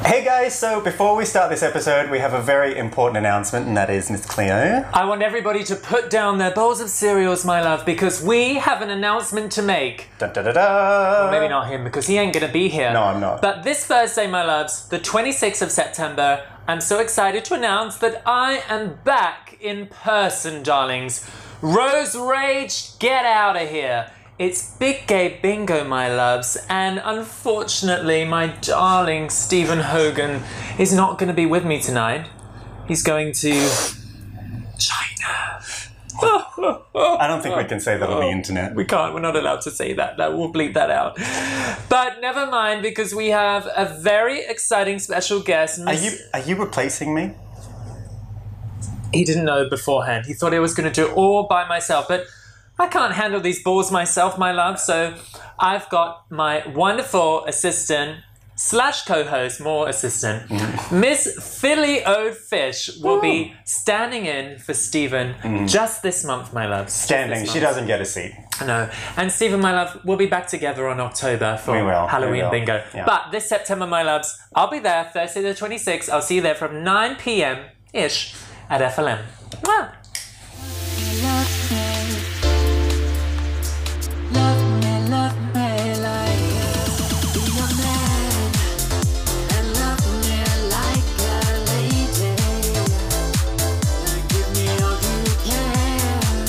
Hey guys, so before we start this episode, we have a very important announcement, and that is Miss Cleo. I want everybody to put down their bowls of cereals, my love, because we have an announcement to make. Da da da da! Maybe not him, because he ain't gonna be here. No, I'm not. But this Thursday, my loves, the 26th of September, I'm so excited to announce that I am back in person, darlings. Rose Rage, get out of here. It's Big Gay Bingo, my loves, and unfortunately, my darling Stephen Hogan is not going to be with me tonight. He's going to China. I don't think we can say that on the internet. We can't. We're not allowed to say that. That we'll bleep that out. But never mind, because we have a very exciting special guest. Are you are you replacing me? He didn't know beforehand. He thought I was going to do it all by myself, but I can't handle these balls myself, my love. So I've got my wonderful assistant slash co-host, more assistant, Mm. Miss Philly Ode Fish will be standing in for Stephen just this month, my love. Just Mm. Standing, this she month. doesn't get a seat. I know. And Stephen, my love, we'll be back together on October for We will, we Halloween will. bingo. Yeah. But this September, my loves, I'll be there Thursday the 26th. I'll see you there from 9 p.m. ish at FLM. Mwah. Love me, love me, love me like a real man, and love me like a lady. And give me all you can,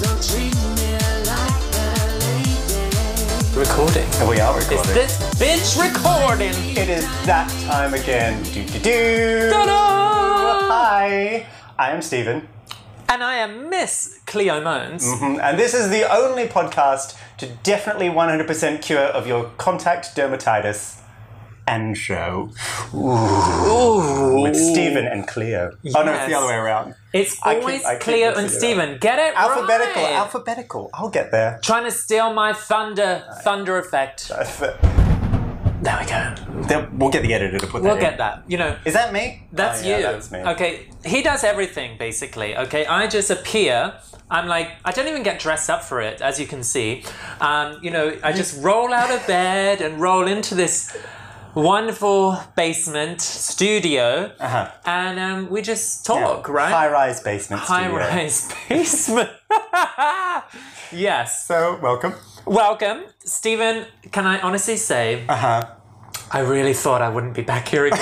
so treat me like a lady. Recording. And we are recording. It's this bitch recording. It is that time again. Do do do. Ta-da! Hi, I am Stephen, And I am Miss Cleo Moans. and this is the only podcast to definitely 100% cure of your contact dermatitis. And show Ooh. with Stephen and Cleo. Oh no, it's Yes. the other way around. It's I keep- always I keep Cleo mixing it and up. Stephen. Get it Alphabetical, right. alphabetical. I'll get there. Trying to steal my thunder, thunder effect. There we go. Then we'll get the editor to put that We'll in. get that. You know, Is that me? That's Oh, yeah, you. That's me. Okay, he does everything basically. Okay, I just appear. I'm like, I don't even get dressed up for it, as you can see. Um, you know, I just roll out of bed and roll into this wonderful basement studio, Uh-huh. and um, we just talk, High right? rise basement. studio. rise basement. yes. So welcome. Welcome, Stephen. Can I honestly say? Uh huh. I really thought I wouldn't be back here again.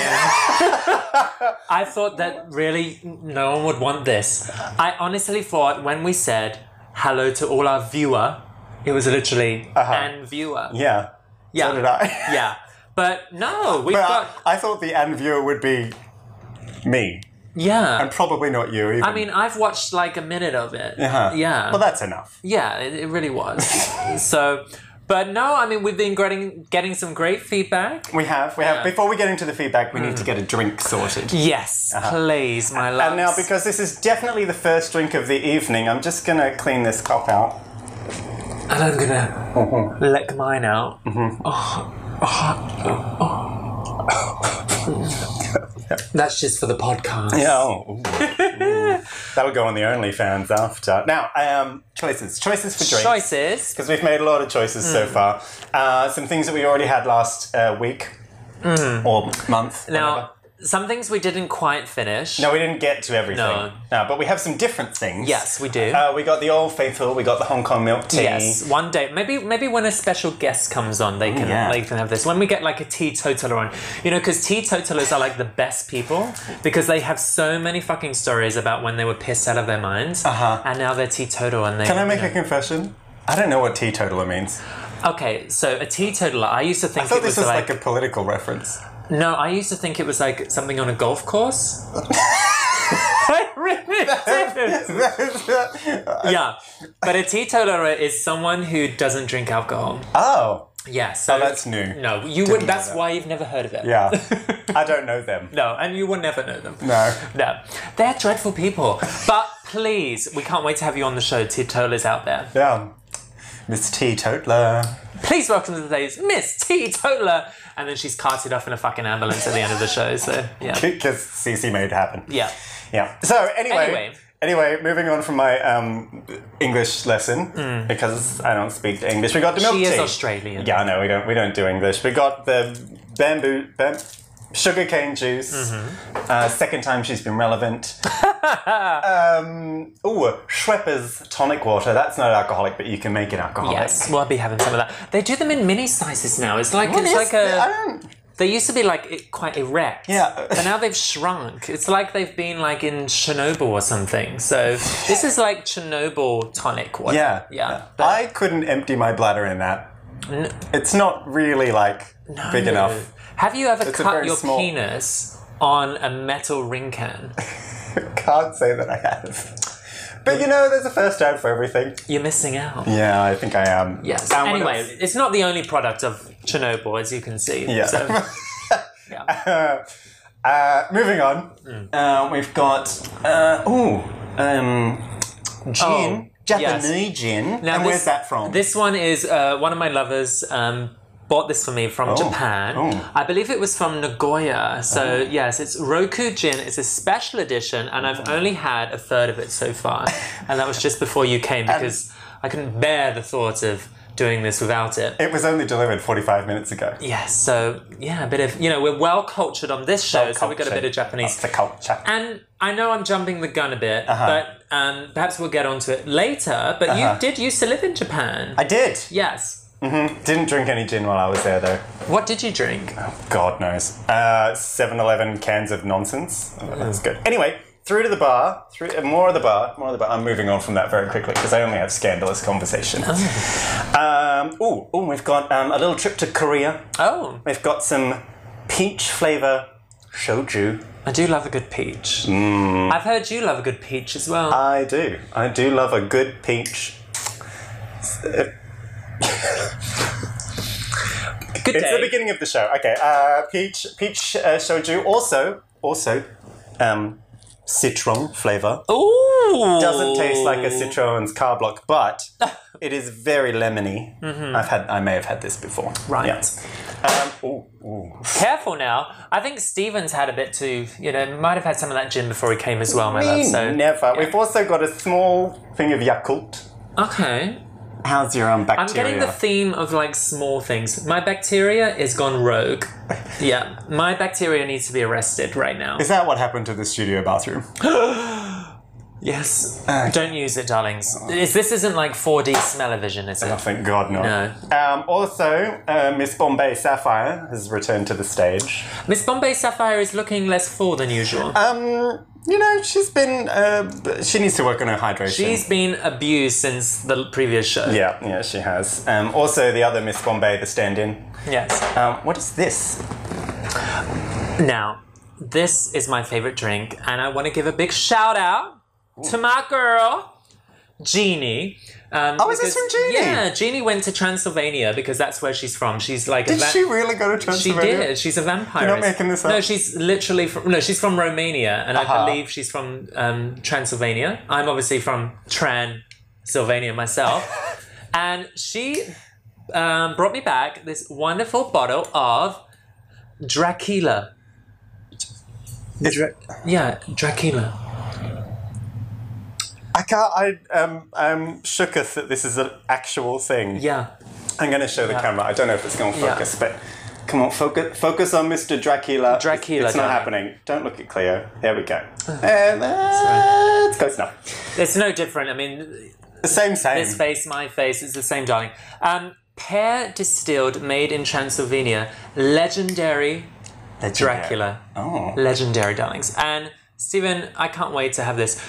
I thought that really no one would want this. I honestly thought when we said hello to all our viewer, it was literally and viewer. Yeah. Yeah. So did I. Yeah. But no, we've But uh, I, got. I thought the and viewer would be me, Yeah. and probably not you. Even. I mean, I've watched like a minute of it. Uh-huh. Yeah. Well, that's enough. Yeah, it, it really was. so, but no, I mean, we've been getting, getting some great feedback. We have. We have. Yeah. Mm. Before we get into the feedback, we need to get a drink sorted. Yes, please, my love. Uh-huh. And now, because this is definitely the first drink of the evening, I'm just gonna clean this cup out. And I'm gonna Mm-hmm. lick mine out. Oh, oh, oh. That's just for the podcast. Yeah, Oh, ooh, ooh. that'll go on the OnlyFans after. Now, um, choices, choices for drinks. Choices. because we've made a lot of choices so Hmm. far. Uh, some things that we already had last uh, week or month. whatever. Hmm. Now, some things we didn't quite finish. no, we didn't get to everything. No. but we have some different things. Yes, we do. Uh, we got the Old Faithful. We got the Hong Kong milk tea. Yes, one day. Maybe maybe when a special guest comes on, they can Oh, yeah. they can have this. When we get like a teetotaler on, you know, because teetotalers are like the best people because they have so many fucking stories about when they were pissed out of their minds, Uh-huh. and now they're teetotal and they. Can I you make know. a confession? I don't know what teetotaler means. Okay, so a teetotaler. I used to think I thought it was this was like, like, a political reference. no. I used to think it was like something on a golf course. I really did. Yeah, but a teetotaler is someone who doesn't drink alcohol. oh, Yeah, so Oh, that's new. No, you would. know That's that. why you've never heard of it. yeah. I don't know them. No, and you will never know them. No. No, they're dreadful people. But please, we can't wait to have you on the show, teetotalers out there. Yeah. Miss Teetotaler. Please welcome to today's Miss Teetotaler, and then she's carted off in a fucking ambulance at the end of the show. So yeah, Because CC made it happen. yeah. Yeah. So anyway, Anyway. anyway, moving on from my um, English lesson because I don't speak English. We got the milk Hmm. She is tea. Australian. Yeah, no, we don't. We don't do English. We got the bamboo. Bam, sugarcane juice. Mm-hmm. Uh, second time she's been relevant. um, ooh, Schweppes tonic water. That's not alcoholic, but you can make it alcoholic. Yes, we'll I'll be having some of that. They do them in mini sizes now. It's like it's Yes, like I a. don't. They used to be like i- quite erect. Yeah. But now they've shrunk. It's like they've been like in Chernobyl or something. So this is like Chernobyl tonic water. Yeah. Yeah. I couldn't empty my bladder in that. It's not really like big enough. uh, Have you ever It's a cut very your small- penis on a metal ring can? Can't say that I have. But you know, there's a first ad for everything. You're missing out. Yeah, I think I am. Yes. Um, what anyway, else? it's not the only product of Chernobyl, as you can see. Yeah. So, yeah. Uh, moving on. Mm. Uh, we've got uh, ooh, um, gin, Oh, yes. Japanese gin. Now and this- where's that from? This one is uh, one of my lovers um, bought this for me from Japan. Oh. I believe it was from Nagoya. So yes, it's Roku Gin. It's a special edition, and I've only had a third of it so far, and that was just before you came because I couldn't bear the thought of doing this without it. it was only delivered 45 minutes ago. Yes, so yeah, a bit of you know we're well cultured on this show, so we got a Culture. bit of Japanese. That's Uh-huh. the culture. And I know I'm jumping the gun a bit, but um, perhaps we'll get onto it later. But you did used to live in Japan. Uh-huh. I did. yes. Didn't drink any gin while I was there though. What did you drink? God knows. Uh, 7-Eleven cans of nonsense. Oh, that's good. Anyway, through to the bar. Through uh, more of the bar. More of the bar. I'm moving on from that very quickly because I only have scandalous conversation. um, ooh, ooh, we've got um, a little trip to Korea. Oh, We've got some peach flavour shoju. I do love a good peach. Mm. I've heard you love a good peach as well. I do. I do love a good peach. good It's the day. beginning of the show. Okay. Uh, peach, peach uh, shoju. Also, also, um, citron flavour. Ooh, doesn't taste like Oh. a Citroen's car block, but it is very lemony. I've had, I may have had this before. Mm-hmm. Right. Yeah. Um, ooh, ooh. Careful now. I think Stevens had a bit too. You know, might have had some of that gin before he came as well, Oh my love. So Never. We've also got a small thing of Yakult. okay. How's your um, I'm bacteria? getting the theme of like small things. My bacteria is gone rogue. Yeah, my bacteria needs to be arrested right now. is that what happened to the studio bathroom? Yes. Don't use it, darlings. Is- This isn't like 4D smell-o-vision, is Oh, it? thank God not. No. Um, also, uh, Miss Bombay Sapphire has returned to the stage. Miss Bombay Sapphire is looking less full than usual. Um, you know, she's been. Uh, she needs to work on her hydration. She's been abused since the l- previous show. Yeah, yeah, she has. Um, also, the other Miss Bombay, the stand-in. Yes. Um, what is this? Now, this is my favorite drink, and I want to give a big shout out to my girl, Jeannie. Um, Oh, is this because- from Jeannie? Yeah, Jeannie went to Transylvania because that's where she's from. She's like a Did va- she really go to She Transylvania? did. She's a vampire. You're not making this up? No, she's literally from. No, she's from Romania, and Uh-huh. I believe she's from um, Transylvania. I'm obviously from Transylvania myself, and she um, brought me back this wonderful bottle of Dracula. Yeah, Dracula. I can't. I um, I'm shooketh that this is an actual thing. Yeah. I'm going to show the camera. I don't know if it's going to Yeah. focus, but come on, focus. Focus on Mr. Dracula. Dracula, It's, it's not darling. happening. Don't look at Cleo. There we go. and uh, it's close enough. It's no different. I mean, The same, same. His face, my face, it's the same, darling. Um, pear distilled, made in Transylvania, legendary Legendary. Dracula. Oh. Legendary, darlings. And Stephen, I can't wait to have this.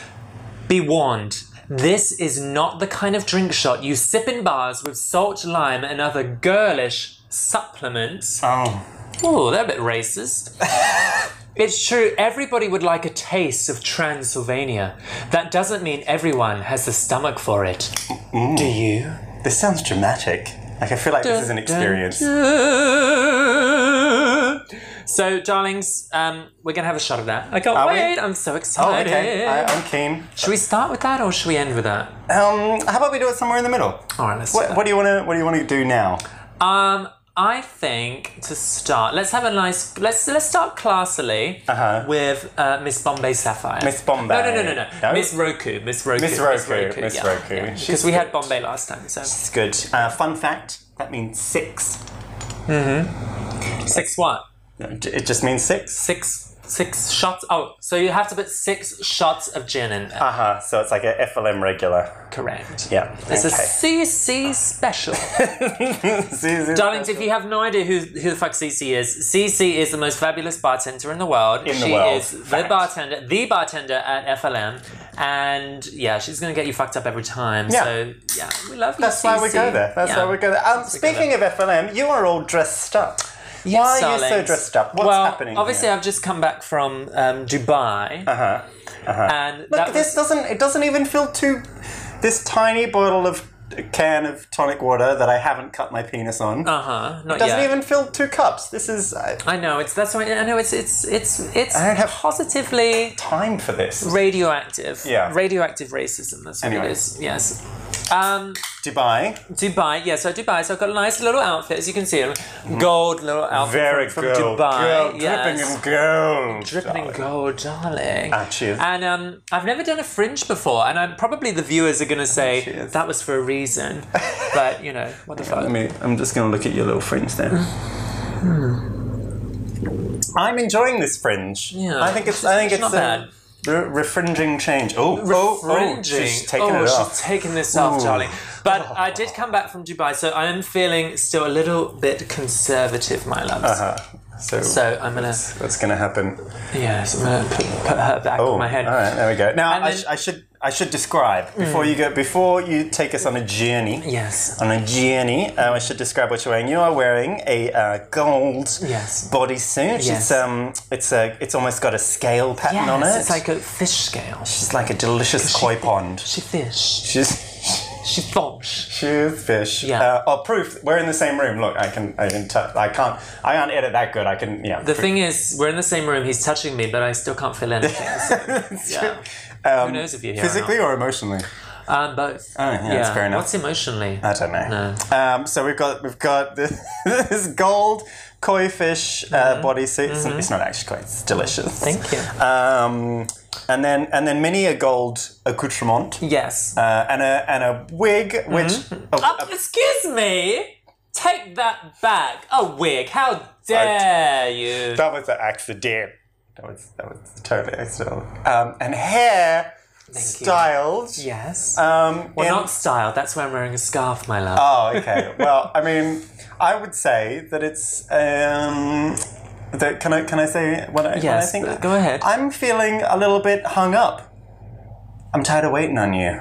Be warned. This is not the kind of drink shot you sip in bars with salt, lime, and other girlish supplements. Oh. Oh, they're a bit racist. it's true, everybody would like a taste of Transylvania. That doesn't mean everyone has the stomach for it. Do you? This sounds dramatic. Like I feel like this is an experience. So, darlings, um, we're gonna have a shot of that. I can't Are we? wait. I'm so Oh, excited. okay. I, I'm keen. should we start with that or should we end with that? Um, how about we do it somewhere in the middle? All right, let's. What, do what do you want to? What do you want to do now? that. Um, I think to start, let's have a nice. Let's let's start classily Uh-huh. with uh, Miss Bombay Sapphire. Miss Bombay. No, no, no, no, no. No? Miss Roku. Miss Roku. Miss Roku, Miss yeah, Roku. yeah. Because She's we had good. Bombay last time, so It's good. Uh, fun fact. That means six. six what? No, j- it just means six. Six six shots. Oh, so you have to put six shots of gin in there. Uh huh. So it's like a FLM regular. Correct. Yeah. It's okay. a CC special. See, see, Darlings, if you have no idea who, who the fuck CC is, CC is the most fabulous bartender in the world. In the she world. is the Fact. bartender, the bartender at FLM. And yeah, she's going to get you fucked up every time. Yeah. So yeah, we love you. That's why we CC. go there. That's Yeah. why we go there. Um, speaking of FLM, you are all dressed up. why are you so darlings. dressed up? What's well, happening? Uh-huh. Obviously, uh, I've just come back from um, Dubai. Uh huh. And Look, that this was, doesn't. It doesn't even feel too. This tiny bottle of can of tonic water that I haven't cut my penis on uh huh. Not doesn't yet. even fill two cups. This is uh, I I know it's that's why I know it's it's it's it's I don't have- positively time for this. radioactive. Yeah. Radioactive racism. That's what Anyway. it is. Yes. Um, Dubai, Dubai, yeah, so Dubai, so I've got a nice little outfit, as you can see, a gold little outfit very from, from gold, Dubai. gold, yes. dripping in gold, Dripping in gold, darling. Ah, cheers. And um, I've never done a fringe before, and I'm probably the viewers are going to Oh, say Cheers. that was for a reason, but you know what the fuck. me, I'm just going to look at your little fringe there. Hmm. I'm enjoying this fringe. Yeah. I think it's. I think It's it's, not bad. a re- refringing change. Oh, oh, oh, she's Fringing. taking oh, it she's off. taking this off, Ooh. Oh. darling. But I did come back from Dubai, so I am feeling still a little bit conservative, my loves. Uh-huh. So, So I'm gonna, what's going to happen? yes, I'm gonna put, put her back Oh, on my head. All right, there we go. Now And I, then- Hmm. sh- I should I should describe before you go before you take us on a journey. Yes. On a journey, um, I should describe what you're wearing. You are wearing a uh, gold Yes. bodysuit. Yes. It's um, it's a, it's almost got a scale pattern Yes, on it. it's like a fish scale. it's like a delicious koi pond. She fish. She's She fish. she's fish. Yeah. Uh, oh, proof. We're in the same room. Look, I can I can I I can't I can't edit that good. I can yeah. The thing is, we're in the same room. He's touching me, but I still can't feel anything. So, yeah. um, Who knows if you're here? or physically or emotionally. not. Um, both. Oh, yeah, that's fair enough. Uh, What's emotionally? I don't know. Um, so we've got we've got this, this gold koi fish Mm-hmm. uh, bodysuit. It's- It's not actually koi. It's delicious. Thank you. Uh, Um, and then and then many a gold accoutrement yes. uh, and a and a wig, which oh, Uh, excuse me. Take that back. A wig. How dare you? that was an accident. That was that was totally accidental. Um, and hair you. styled. Yes. Um, well, in- not styled. That's why I'm wearing a scarf, my love. Oh, okay. well, I mean, I would say that it's. Um, that can I can I say what I, what I Yes, think? but go ahead. I'm feeling a little bit hung up. I'm tired of waiting on you.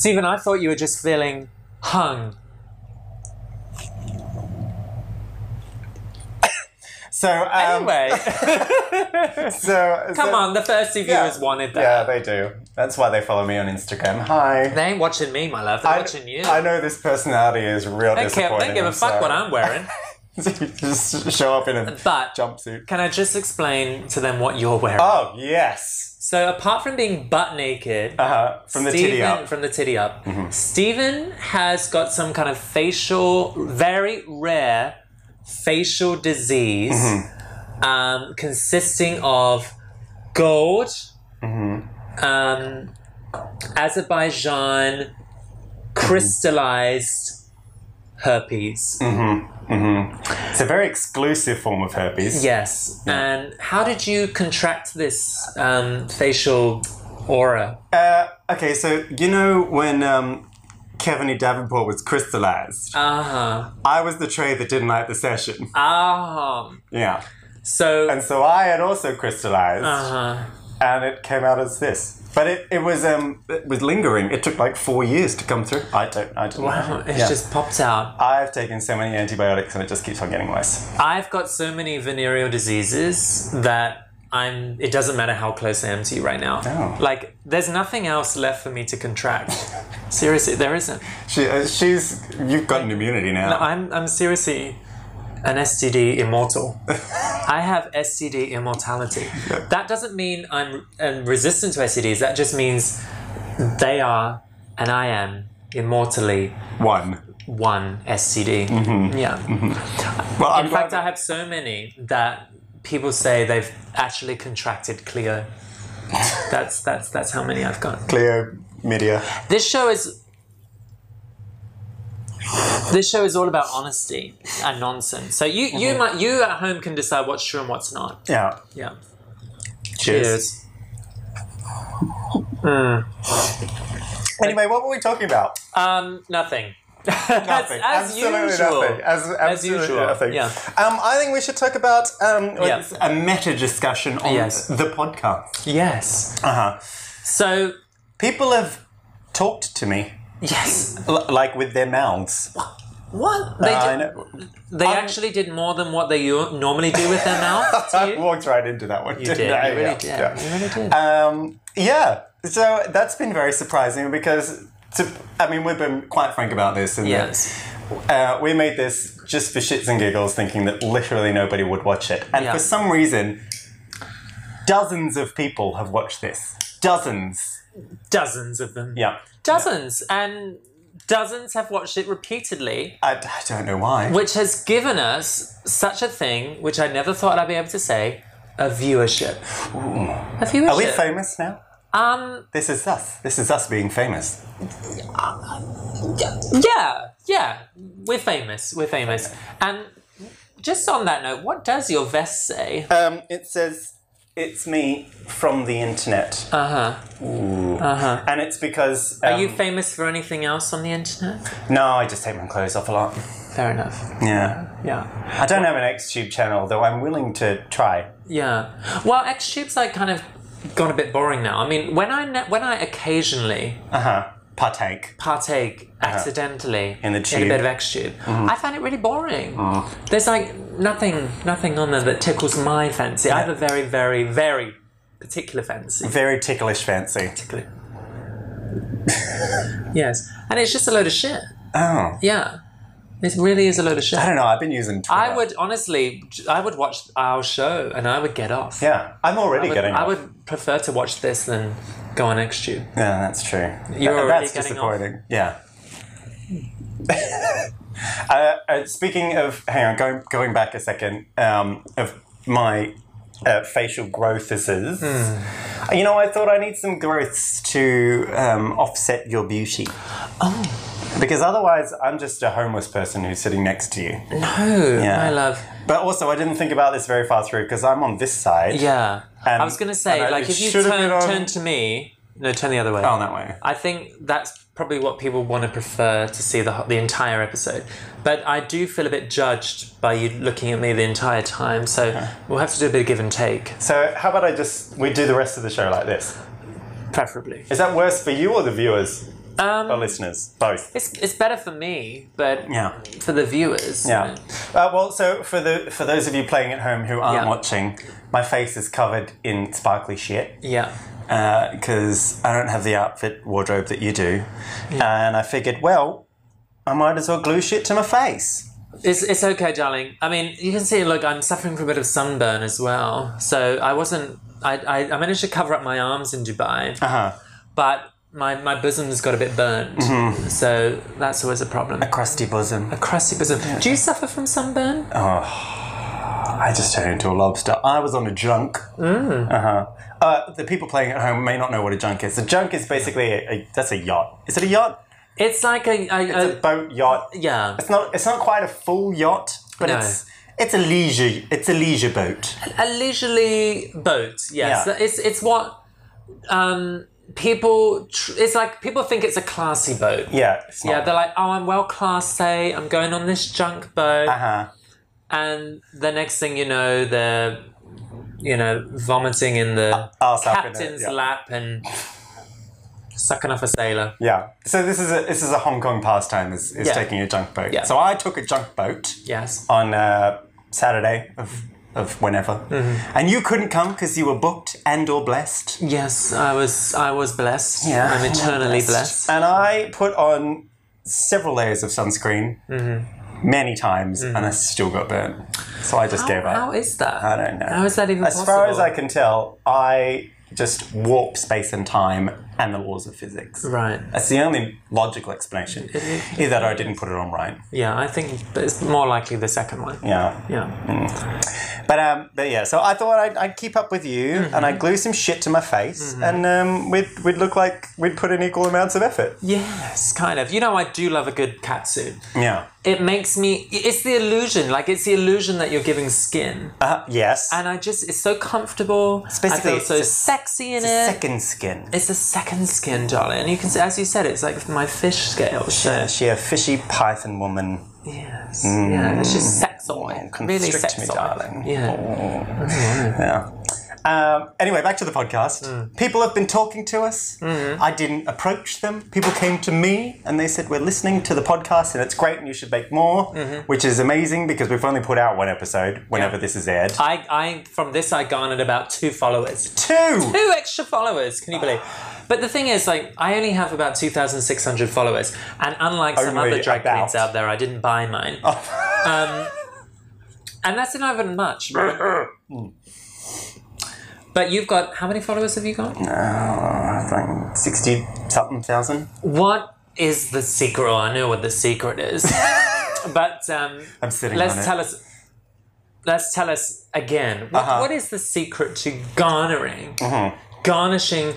Stephen, I thought you were just feeling hung. So um, Anyway, so come on. The thirsty viewers wanted Yeah, that. they do. That's why they follow me on Instagram. Hi. they ain't watching me, my love. They're watching you. I know this personality is real They care- disappointing. they give a fuck what I'm wearing. wearing. Just show up in a But- jumpsuit. Can I just explain to them what you're wearing? Oh yes, so apart from being butt naked, uh, from the titty Steven- up. Mm-hmm. From the titty up. Steven has got some kind of facial, very rare facial disease Mm-hmm. um, consisting of gold, Mm-hmm. um, Azerbaijan crystallized herpes. Mm-hmm. It's a very exclusive form of herpes. Yes. And how did you contract this um, facial aura? Uh, okay, so you know when um, Kevin E. Davenport was crystallized, Uh huh. I was the tray that didn't like the session. Ah. Yeah. So. And so I had also crystallized, uh-huh. and it came out as this. But it, it was um it was lingering. It took like four years to come through. I don't I don't Wow, know. it's Yeah. just popped out. I've taken so many antibiotics and it just keeps on getting worse. I've got so many venereal diseases that I'm. It doesn't matter how close I am to you right now. Oh. Like, there's nothing else left for me to contract. seriously, there isn't. She, uh, she's you've got an immunity now. I'm. I'm seriously an STD immortal. I have STD immortality. That doesn't mean I'm um, resistant to STDs. That just means they are and I am immortally One. one STD. Yeah. Well, I'm In fact, glad- I have so many that people say they've actually contracted Clio. That's that's that's how many I've got. Cleo Media. This show is This show is all about honesty and nonsense. So you, you Mm-hmm. might, you at home can decide what's true and what's not. Yeah. Yeah. Cheers. Cheers. Anyway, what were we talking about? Um, nothing. As- Nothing. as, absolutely usual. nothing. As, absolutely usual, nothing. yeah. Um, I think we should talk about um, Yeah. a meta discussion on Yes. the podcast. Yes. Uh huh. So People have talked to me yes. l- like with their mouths. What they Uh, I did- know. Um, they actually did more than what they u- normally do with their mouth. to I you? walked right into that one. You didn't did. I? You really Yeah, did. yeah. You really did. Um, yeah, so that's been very surprising because, to, I mean, we've been quite frank about this. And yes. uh, we made this just for shits and giggles, thinking that literally nobody would watch it. And Yeah. for some reason, dozens of people have watched this. Dozens. Dozens of them. Yeah. Dozens and dozens have watched it repeatedly, I, I don't know why. which has given us such a thing, which I never thought I'd be able to say, a viewership. A viewership. Are we famous now? um. This is us. This is us being famous. Yeah. Yeah. We're famous. We're famous. And just on that note, what does your vest say? Um, it says, It's me from the internet. Uh huh. and it's because. Uh-huh. um, Are you famous for anything else on the internet? No, I just take my clothes off a lot. Fair enough. Yeah. Yeah. I don't have an XTube channel, though I'm willing to try. Yeah. Well, XTube's like kind of gone a bit boring now. I mean, when I ne- when I occasionally Uh huh. Partake. partake accidentally Uh-huh. In the a tube. Mm-hmm. bit of XTube, I find it really boring. There's like nothing nothing on there that tickles my fancy. I have a very very very particular fancy. Very ticklish fancy. Particular. yes, and it's just a load of shit. Oh. Yeah, it really is a load of shit. I don't know, I've been using Twitter. I would honestly, I would watch our show and I would get off. Yeah, I'm already I would, getting I off. would prefer to watch this than go on XTube. Yeah, that's true. You're Th- already that's getting disappointing. Yeah. uh, uh, speaking of, hang on, going going back a second, um, of my uh, facial growthuses. Hmm. You know, I thought I need some growths to um, offset your beauty. Oh. Because otherwise, I'm just a homeless person who's sitting next to you. No, Yeah. my love. But also, I didn't think about this very far through because I'm on this side. Yeah, And- I was gonna say, and I- like, it if you should have turn, been on- turn to me, no, turn the other way. Oh, that way. I think that's probably what people want to prefer to see the ho- the entire episode. But I do feel a bit judged by you looking at me the entire time, so we'll have to do a bit of give and take, So, how about I just we do the rest of the show like this? preferably. Is that worse for you or the viewers? Um, Or listeners? Both. It's, it's better for me, but Yeah. for the viewers. you Yeah. know. Uh, well, so for the for those of you playing at home who aren't Yeah. watching, my face is covered in sparkly shit Yeah. because I don't have the outfit wardrobe that you do, and I figured, well, I might as well glue shit to my face. It's, it's okay, darling. I mean, you can see, look, I'm suffering from a bit of sunburn as well. So I wasn't, I, I, I managed to cover up my arms in Dubai, Uh huh. but my, my bosom's got a bit burnt. Mm-hmm. So that's always a problem. A Crusty bosom. crusty bosom. Do you suffer from sunburn? I just turned into a lobster. I was on a junk. Uh-huh. Uh The people playing at home may not know what a junk is. A junk is basically a, a that's a yacht. Is it a yacht? It's like a, a, It's a a- boat yacht. yeah, It's not. It's not quite a full yacht, but No. it's it's a leisure. It's a leisure boat. a leisurely boat. Yes, Yeah. it's it's what um, people. Tr- it's like people think it's a classy boat. Yeah. It's Yeah, not. they're like, oh, I'm well class A. I'm going on this junk boat. Uh huh. and the next thing you know, they're you know vomiting in the I'll suck Uh, in it, captain's yeah. lap and sucking off a sailor. Yeah. So this is a this is a Hong Kong pastime is, is Yeah. taking a junk boat. Yeah. So I took a junk boat Yes. on uh, Saturday of of whenever, Mm-hmm. and you couldn't come because you were booked and or blessed. Yes, I was. I was blessed. Yeah. I'm eternally blessed. And I put on several layers of sunscreen Mm-hmm. many times, and I still got burnt. So I just gave up. How is that? I don't know. How is that even Uh, As possible? far as I can tell, I just warp space and time and the laws of physics. Right. That's the only logical explanation. Either that or I didn't put it on right. Yeah, I think it's more likely the second one. Yeah. Yeah. But um, but yeah, so I thought I'd, I'd keep up with you, Mm-hmm. and I'd glue some shit to my face, and um, we'd we'd look like we'd put in equal amounts of effort. Yes, kind of. You know, I do love a good catsuit. Yeah. It makes me. It's the illusion. Like it's the illusion that you're giving skin, Uh, yes. and I just. It's so comfortable. It's basically- I feel so it's a- sexy in it. Second skin. it's a second skin, darling. And you can, see, as you said, it's like my fish scale. So She a fishy python woman. yes, yeah, it's just sexual. Really Mm. Oh, Constrict sexual. me, darling. Oh. Yeah. Yeah. Um, anyway, back to the podcast. Mm. People have been talking to us. Mm-hmm. I didn't approach them. People came to me and they said, We're listening to the podcast and it's great and you should make more, which is amazing because we've only put out one episode whenever Mm-hmm. this Yeah. is aired. I, I from this I garnered about two followers. Two! two extra followers. Can you believe? But the thing is, like, I only have about two thousand six hundred followers, and unlike some Only other drag about. queens out there, I didn't buy mine. um, and that's not even much. but you've got how many followers have you got? I think 60 something thousand. What is the secret? Oh, I know what the secret is, but um, I'm sitting let's on it. tell us. Let's tell us again. What, Uh-huh. Mm-hmm. what is the secret to garnering, garnishing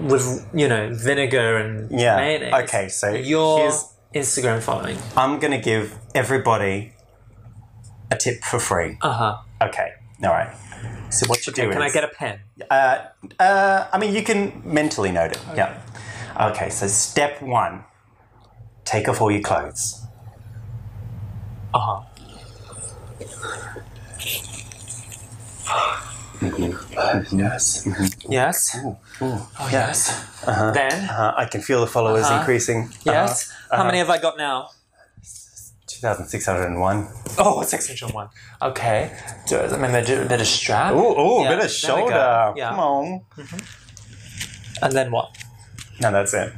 with you know vinegar and Yeah. mayonnaise? Okay, so your here's- Instagram following. I'm going to give everybody a tip for free. Uh huh. Okay. All right. So what you do Can I is- get a pen? Uh, uh, I mean, you can mentally note it. Yeah. Okay, so step one take off all your clothes. Uh huh. Yes. Yes. Oh yes. Then Uh, I can feel the followers Uh-huh. increasing. Uh-huh. yes. How many have I got now? Uh, 2,601. Oh, six inch and one. Okay. Do, I mean, they do a bit of strap. Ooh, ooh, Yeah, bit there we go. of shoulder. Yeah. Come on. And then what? No, that's it.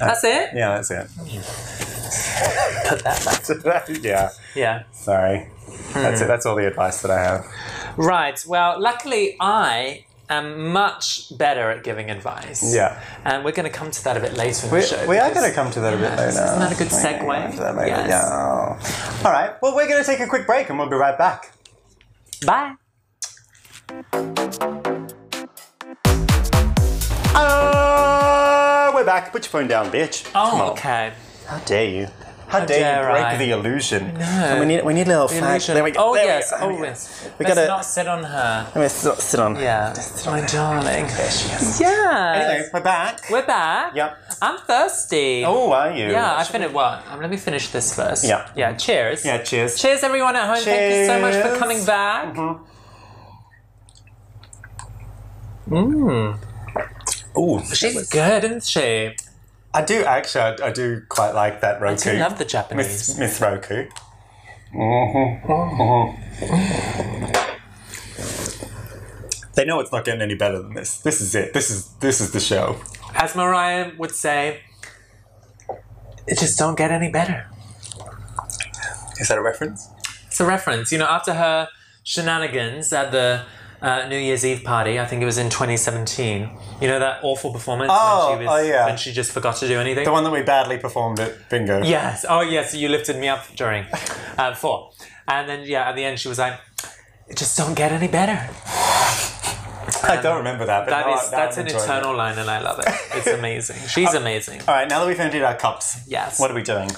Uh, That's it. Yeah, that's it. Put that back. Hmm. yeah, Yeah. sorry. That's it. That's all the advice that I have. Right. Well, luckily I am much better at giving advice. Yeah. And we're going to come to that a bit later in We, the show. we are because- going to come to that a bit later. Yes, isn't that a good We're gonna segue? come to that later, Yes. yeah. All right. Well, we're going to take a quick break and we'll be right back. Bye. Uh, we're back. Put your phone down, bitch. Come on. Oh, okay. How dare you? How, dare, dare you break I? the illusion? And we need we need a little fact. There we go. Oh There we yes, go. There we oh go. yes. We Let's gotta- not sit on her. Let me sit, sit on. Yeah, my darling. There she is. Yeah. Anyway, we're back. we're back. Yep. I'm thirsty. Oh, are you? Yeah, I finished. Well, um, let me finish this first. Yeah. Yeah. Cheers. Yeah. Cheers. Cheers, everyone at home. Thank you so much for Cheers. coming back. Mm-hmm. Ooh, She's good, isn't she? I do actually. I, I do quite like that Roku. I love the Miss Japanese. Miss Roku. They know it's not getting any better than this. This is it. This is this is the show. As Mariah would say, it just don't get any better. Is that a reference? It's a reference. You know, after her shenanigans at the uh, New Year's Eve party, I think it was in 2017. You know that awful performance Oh, when she oh, was yeah. when she just forgot to do anything. The one that we badly performed at Bingo. Yes. Oh, yes. You lifted me up during uh, four, and then yeah, at the end she was like, "It just don't get any better." I don't remember that. But That now is I- now that's I'm an enjoying it. eternal line, and I love it. It's amazing. She's amazing. All right, now that we've emptied our cups, Yes. What are we doing?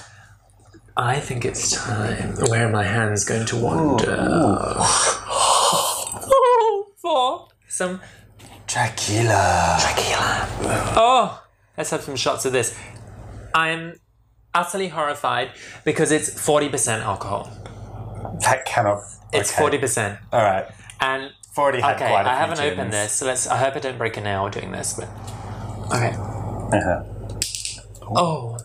I think it's time. Where are my hands going to wander? Four. Oh. Some Tequila. tequila. Oh, let's have some shots of this. I'm utterly horrified because it's 40% alcohol. That cannot. It's okay. 40%. All right, And forty. Had okay, quite a I few haven't gins. opened this, so let's I hope I don't break a nail doing this, but Okay. Uh-huh. Oh.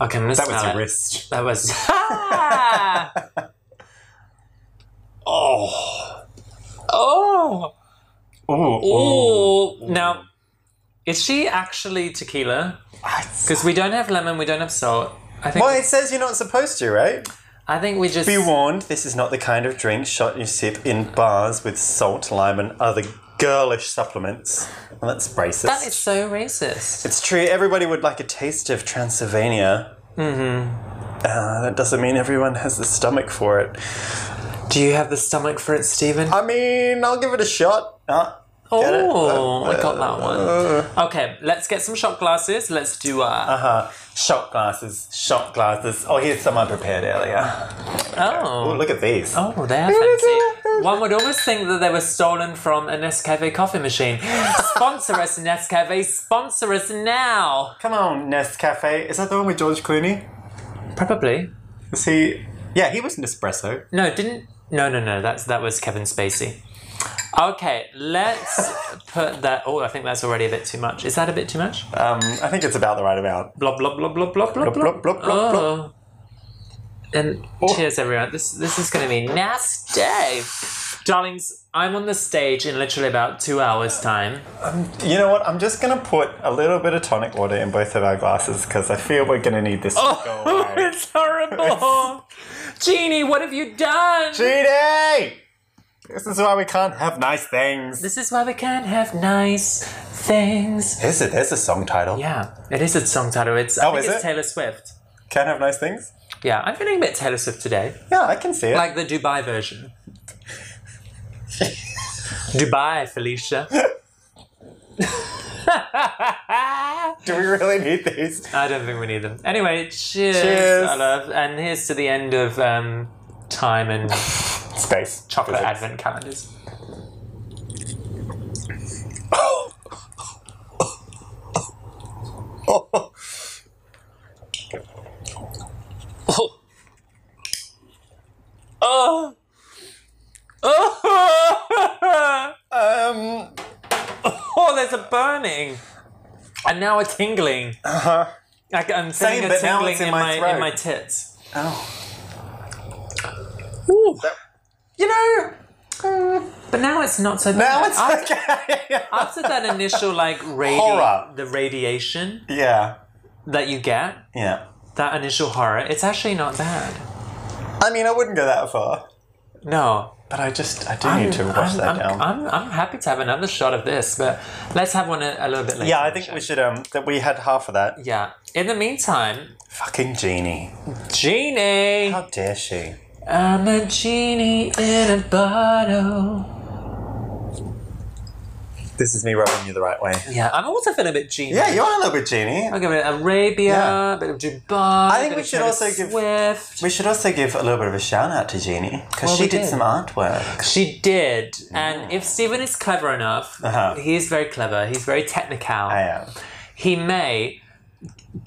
Okay, I'm gonna That was smell a it. wrist. That was Ah! Oh. Oh Oh. Oh now is she actually tequila? Because we don't have lemon, we don't have salt. I think Well, it says you're not supposed to, right? I think we just Be warned, this is not the kind of drink shot you sip in bars with salt, lime, and other girlish supplements. Well, that's racist. That is so racist. It's true. Everybody would like a taste of Transylvania. Mm-hmm. Uh, that doesn't mean everyone has the stomach for it. Do you have the stomach for it, Stephen? I mean, I'll give it a shot. Uh, get it? Oh, Uh, I got that one. Okay, let's get some shot glasses. Let's do a. Uh, shot glasses, shot glasses. Oh, here's some I prepared earlier. Oh, oh. look at these. Oh, they're fancy. One would almost think that they were stolen from a Nescafe coffee machine. Sponsor us, Nescafe. Sponsor us now. Come on, Nescafe. Is that the one with George Clooney? Probably. Is he? Yeah, he was Nespresso. No, didn't. No, no, no. That's that was Kevin Spacey. Okay, let's put that. Oh, I think that's already a bit too much. Is that a bit too much? Um, I think it's about the right amount. Blob, blob, blob, blob, blob, Blop, blob, blop, blop, blop, blop. Oh. And cheers, everyone. This this is going to be nasty, darlings. I'm on the stage in literally about two hours' time. You know what? I'm just gonna put a little bit of tonic water in both of our glasses because I feel we're gonna need this to go Oh, away. it's horrible. Jeannie, what have you done? Cheating! This is why we can't have nice things. this is why we can't have nice things. There's a, there's a song title. Yeah, it is a song title. It's I Oh, think is it's it? Taylor Swift. Can't have nice things? Yeah, I'm feeling a bit Taylor Swift today, Yeah, I can see it. like the Dubai version. Dubai, Felicia. Do we really need these? I don't think we need them. Anyway, cheers, Cheers. I love, and here's to the end of um, time and Space. chocolate Physics. advent calendars. Oh. Oh. Oh. Um, Oh, there's a burning. And now a tingling. Uh-huh. Like I'm feeling Same, a but now tingling it's in in my my, in throat. my tits. oh. Ooh. You know, mm, But now it's not so bad. now it's after, okay. after that initial like radi- Horror. the radiation yeah, that you get, yeah. that initial horror, it's actually not bad. I mean, I wouldn't go that far, No. but I just, I do need to wash I'm, that I'm, down. I'm, I'm happy to have another shot of this, but let's have one a, a little bit later. yeah, I think we should, um, that we had half of that. Yeah. In the meantime, Fucking genie. Genie. How dare she? I'm a genie in a bottle. This is me rubbing you the right way. Yeah, I'm also feeling a bit genie. Yeah, you're a little bit genie. I'll give it Arabia, Yeah. a bit of Dubai. I think a bit we of should Taylor also give- Swift. We should also give a little bit of a shout out to Jeannie because Well, she we did, did. some artwork. She did. And if Stephen is clever enough, Mm. Uh-huh. he is very clever. He's very technical. I am. He may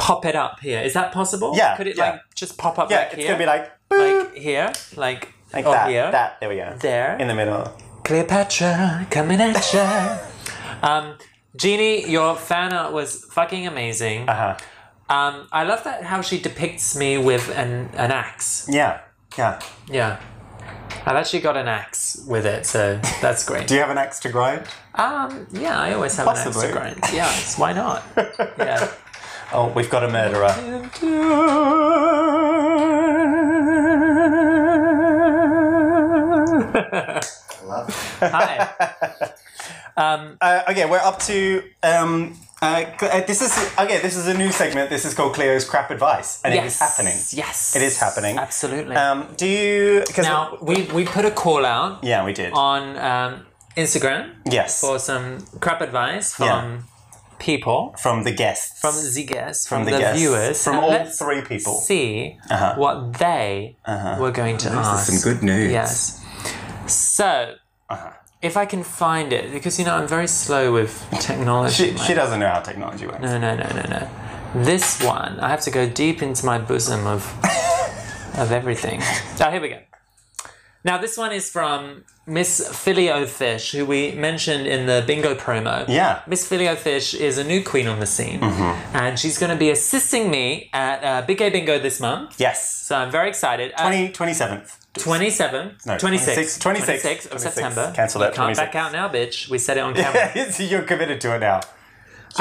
pop it up here. Is that possible? Yeah, Could it yeah. like just pop up Yeah, like it's here? gonna be like boop, like here, like, like or that. here. That there we go. There. in the middle. Cleopatra coming at ya. um, Jeannie, your fan art was fucking amazing. Uh huh. Um, I love that how she depicts me with an an axe. Yeah. Yeah. Yeah. I've actually got an axe with it, so that's great. Do you have an axe to grind? Um, yeah, I always have Possibly. an axe to grind. Yeah, it's- why not? Yeah. Oh, we've got a murderer. Hi. Uh, okay, we're up to. Um, uh, cl- uh, this is okay. This is a new segment. This is called Cleo's crap advice, and it is Yes. happening. Yes. It is happening. Absolutely. Um, do you? Because now we we put a call out yeah, we did. on um, Instagram yes, for some crap advice from people, from the guests, from the guests, from, From the, guests, viewers, from And all Uh-huh. let's three people. See what they were going to ask. good Uh-huh. news. Yes. So, if I can find it, because you know I'm very slow with technology. She, mate. she doesn't know how technology works. no, no, no, no, no. This one, I have to go deep into my bosom of of everything. Oh, here we go. Now, this one is from Miss Filio Fish, who we mentioned in the bingo promo. Yeah. Miss Filio Fish is a new queen on the scene, Mm-hmm. and she's going to be assisting me at uh, Big Gay Bingo this month. Yes. So I'm very excited. Uh, 20, 27th. 27, No, 26, 26, 26, of September. Cancel You that, Can't 26. back out now, bitch. We said it on camera. Yes, You're committed to it now.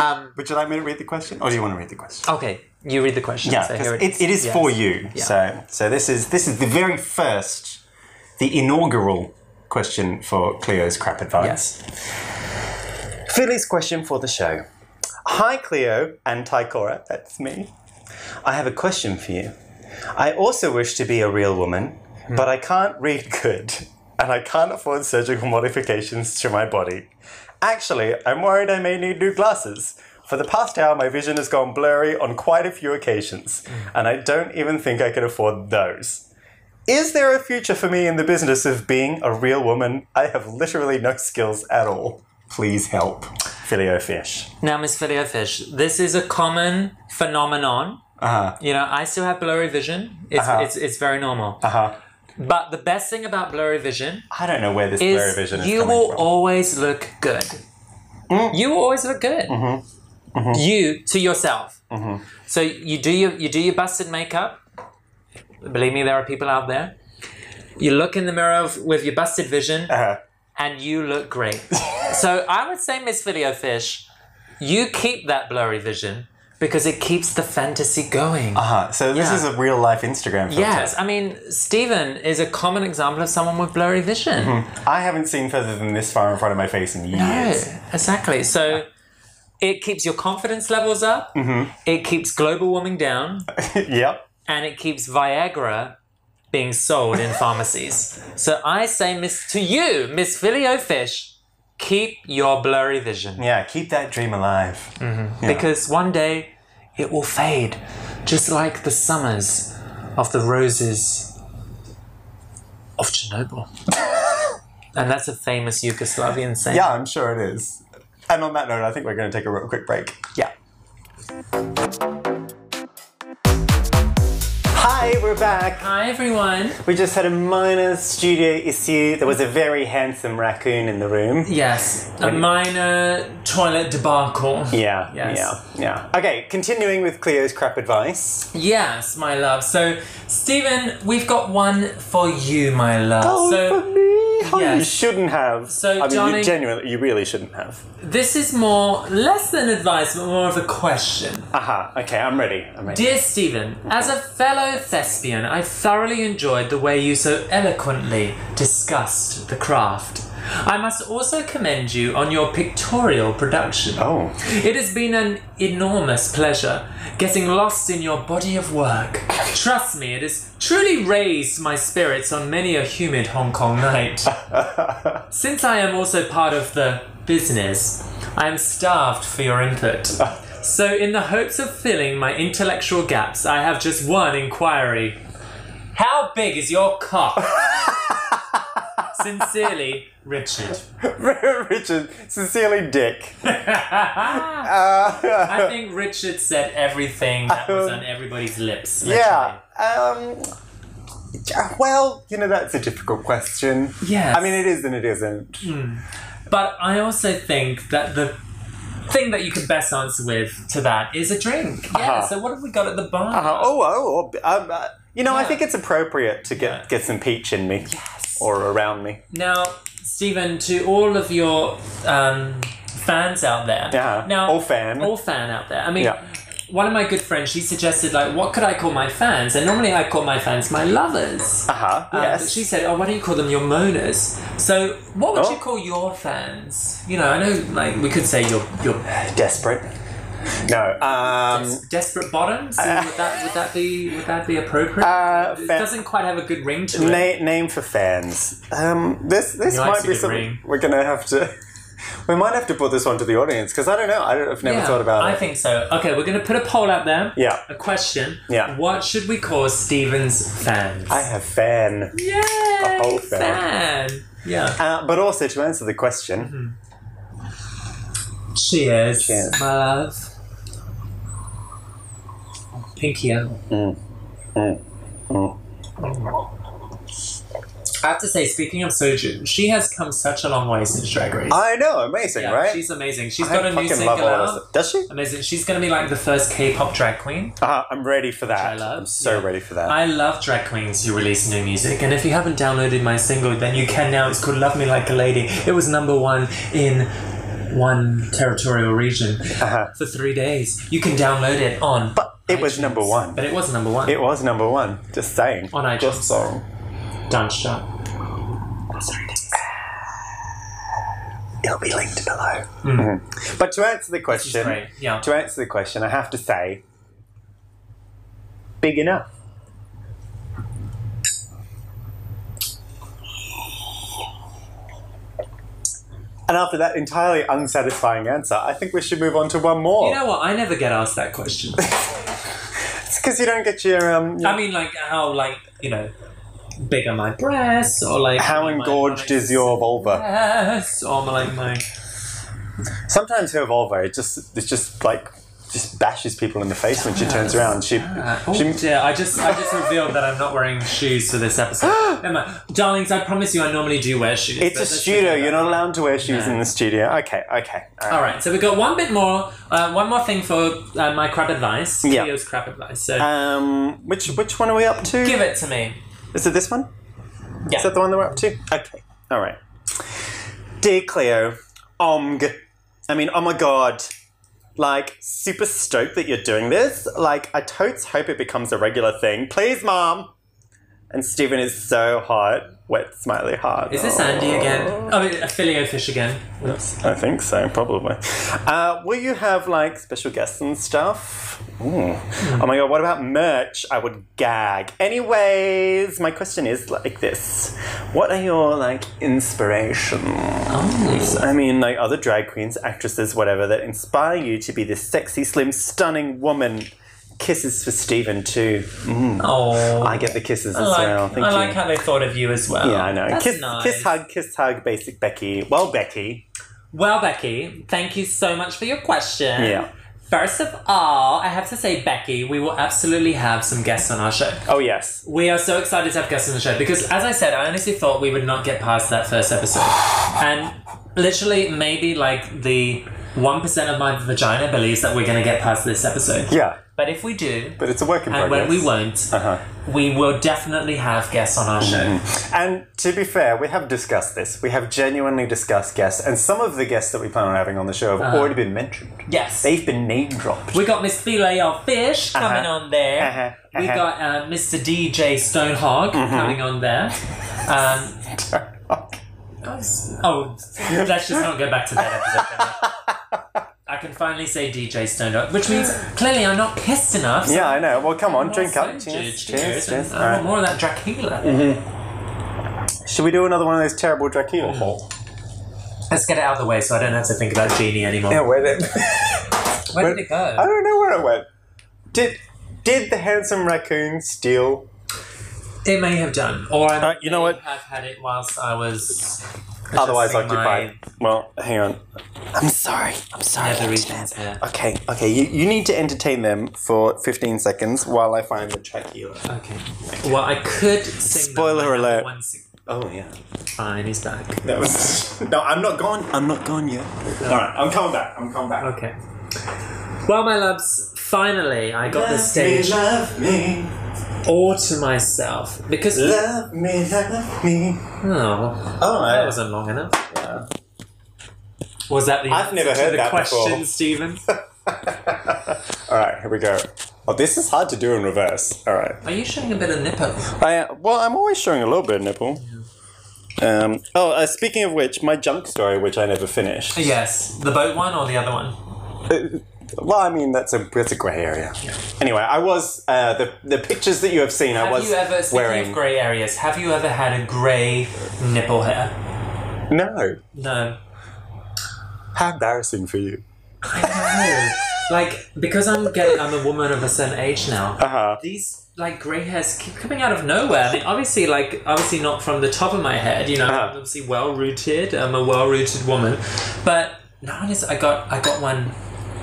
um, Would you like me to read the question, or do you want to read the question? okay, you read the question. yeah, so 'cause here it is. it, it is Yes. for you. Yeah. So, so this is this is the very first, the inaugural question for Cleo's crap advice. Yes. Philly's question for the show. Hi, Cleo and Tycora, that's me. I have a question for you. I also wish to be a real woman, but I can't read good, and I can't afford surgical modifications to my body. Actually, I'm worried I may need new glasses. For the past hour, my vision has gone blurry on quite a few occasions, and I don't even think I can afford those. Is there a future for me in the business of being a real woman? I have literally no skills at all. Please help. Filio Fish. Now, Miss Video Fish, this is a common phenomenon. Uh-huh. You know, I still have blurry vision. It's it's, it's very normal. Uh-huh. But the best thing about blurry vision I don't know where this is, blurry vision is you coming will from. always look good. You will always look good. You to yourself. So you do your you do your busted makeup. Believe me, there are people out there. You look in the mirror of- with your busted vision, Uh-huh. and you look great. so I would say, Miss Video Fish, you keep that blurry vision because it keeps the fantasy going. Uh-huh. So this Yeah. is a real life Instagram filter. Yes, I mean Stephen is a common example of someone with blurry vision. I haven't seen further than this far in front of my face in years. No, exactly. So it keeps your confidence levels up, it keeps global warming down, yep. and it keeps Viagra being sold in pharmacies. So I say, Miss, to you, Miss Filio Fish, keep your blurry vision Yeah, keep that dream alive. Mm. because one day it will fade, just like the summers of the roses of Chernobyl. and that's a famous Yugoslavian saying. Yeah, I'm sure it is. And on that note, I think we're going to take a real quick break. yeah. Hi, we're back. Hi, everyone. We just had a minor studio issue. There was a very handsome raccoon in the room. Yes, a minor toilet debacle. Yeah, Yes. yeah, yeah. Okay, continuing with Cleo's crap advice. Yes, my love. So, Stephen, we've got one for you, my love. Oh, so, for me, Oh, yes. you shouldn't have. So, I mean, Johnny- you genuinely, you really shouldn't have. this is more, less than advice, but more of a question. Aha. Okay, I'm ready. I'm ready. Dear Stephen, as a fellow thespian, I thoroughly enjoyed the way you so eloquently discussed the craft. I must also commend you on your pictorial production. oh. It has been an enormous pleasure getting lost in your body of work. Trust me, it has truly raised my spirits on many a humid Hong Kong night. Since I am also part of the business, I am starved for your input. So, in the hopes of filling my intellectual gaps, I have just one inquiry How big is your cock? Sincerely, Richard. Richard, sincerely, Dick. Uh, I think Richard said everything that was on everybody's lips. Yeah. literally. Um, yeah, well, you know, that's a difficult question. Yes. I mean, it is and it isn't. But I also think that the thing that you can best answer with to that is a drink. Yeah. Uh-huh. So what have we got at the bar? Uh, oh, oh, oh, um, uh, you know, I Yeah. think it's appropriate to get, Yeah. get some peach in me. Yes. Or around me. Now, Stephen, to all of your um, fans out there. Yeah. Now, All fan. All fan out there. I mean. Yeah. One of my good friends, she suggested like, what could I call my fans? And normally I call my fans my lovers. Uh-huh. Um, yes. but she said, "Oh, why don't you call them your moaners?" So, what would Oh. you call your fans? You know, I know, like we could say your your Desperate. No. Um, des- desperate bottoms. would that would that be would that be appropriate? uh, it fan- doesn't quite have a good ring to it. Na- name for fans. Um, this this He likes might a be good something ring. we're gonna have to. We might have to put this one to the audience because I don't know. I don't, I've never Yeah, thought about I it. think so. Okay, we're gonna put a poll out there. Yeah. A question. Yeah. What should we call Steven's fans? I have fan, Yay! a whole fan. Yeah. uh, but also to answer the Mm-hmm. question, Cheers, Cheers. my love. Pinky out. Mm. I have to say, speaking of Soju, she has come such a long way since Drag Race. I know, amazing, Yeah, right? She's amazing. She's I got a new fucking single love all of out. this. Does she? Amazing. She's going to be like the first K-pop drag queen. Uh, I'm ready for that. I love. am so Yeah. ready for that. I love drag queens who release new music, and if you haven't downloaded my single, then you can now. It's called "Love Me Like a Lady." It was number one in one territorial region for three days. You can download it on. Uh-huh. but it was number one. But it was number one. It was number one. Just saying. On iTunes. Just song. Dance shop. That's three days. It'll be linked below. Mm-hmm. But to answer the question, Hmm. great, yeah. to answer the question, I have to say, big enough. And after that entirely unsatisfying answer, I think we should move on to one more. You know what? I never get asked that question. it's because you don't get your um. your- I mean, like how, like you know, big are my breasts, or like how my- engorged my is your vulva? breasts, or my, Oh, like my Sometimes her vulva it just it's just like just bashes people in the face when she turns around. She Oh she dear, I just I just revealed that I'm not wearing shoes for this episode. Never mind. Darlings, I promise you I normally do wear shoes. it's a but let's studio. forget You're that. not allowed to wear shoes No. in the studio. Okay, okay. All right. All right, so we've got one bit more, uh, one more thing for uh, my crap advice. Yeah. Cleo's crap advice. So Um, which which one are we up to? give it to me. Is it this one? Yeah. Is that the one that we're up to? Okay. All right. Dear Cleo, omg. I mean, oh my god. Like, super stoked that you're doing this. Like, I totes hope it becomes a regular thing. Please, mom. And Stephen is so hot. Wet smiley heart. Is this Andy again? Oh, a filio fish again. Oops. I think so, probably. Uh, will you have like special guests and stuff? Ooh. Hmm. Oh my god, what about merch? I would gag. Anyways, my question is like this What are your like inspirations? Oh. I mean, like other drag queens, actresses, whatever, that inspire you to be this sexy, slim, stunning woman? Kisses for Stephen, too. Oh, I get the kisses I as like, well. Thank I you. like how they thought of you as well. yeah, I know. That's Kiss, nice. kiss, hug, kiss, hug, basic Becky. Well, Becky. Well, Becky, thank you so much for your question. Yeah. First of all, I have to say, Becky, we will absolutely have some guests on our show. Oh, yes. We are so excited to have guests on the show because, as I said, I honestly thought we would not get past that first episode. And literally, maybe like the 1% of my vagina believes that we're going to get past this episode. Yeah, But if we do, but it's a work in and progress. when we won't, Uh-huh. Mm-hmm. we will definitely have guests on our show. And to be fair, we have discussed this. We have genuinely discussed guests, and some of the guests that we plan on having on the show have already been mentioned. Yes. They've been name dropped. we got Miss Filet Fish coming on there. Uh-huh. Mm-hmm. We Uh-huh. got uh, Mr. DJ Stonehog coming on there. Um, Oh, let's just not go back to that episode. can we? I can finally say DJ Stonehog, which means clearly I'm not pissed enough. so yeah, I know. Well, come on, I'm drink not up. so Cheers, judged. cheers, cheers. Mm-hmm. I All want right. more of that Dracula. Should we do another one of those terrible Dracula? Let's get it out of the way so I don't have to think about Genie anymore. Yeah, where did Where did it I go? don't know where it went. Did did the handsome raccoon steal? It may have done. Or I Uh, you know may what? have had it whilst I was. Otherwise adjusting occupied. Well, hang on. I'm sorry. I'm My sorry. nether regions here. Okay, okay, you, you need to entertain them for 15 seconds while I find the Dracula. Okay. Well, I could sing. them Spoiler when I have alert. One sec- Oh, yeah. Fine, he's back. That was. No, I'm not gone. I'm not gone yet. Alright, I'm coming back. I'm coming back. Okay. Well, my loves, finally I got the stage love me, all to myself because love me, love me. oh, Oh, that wasn't long enough. Was that the? I've never answer to heard the that question, before. Stephen. Alright, here we go. Oh, this is hard to do in reverse. Alright. Are you showing a bit of nipple? I, uh, well, I'm always showing a little bit of nipple. Um, oh, uh, speaking of which, my junk story, which I never finished. Yes, the boat one or the other one? Well, I mean that's a that's a grey area. Anyway, I was uh, the the pictures that you have seen. I Have was you ever speaking wearing of grey areas? Have you ever had a grey nipple hair? no. No. How embarrassing for you. No. like because I'm getting, I'm a woman of a certain age now. Uh huh. these like grey hairs keep coming out of nowhere. I mean, obviously, like obviously not from the top of my head. You know, Uh-huh. I'm obviously well rooted. I'm a well rooted woman, but no one is. I got I got one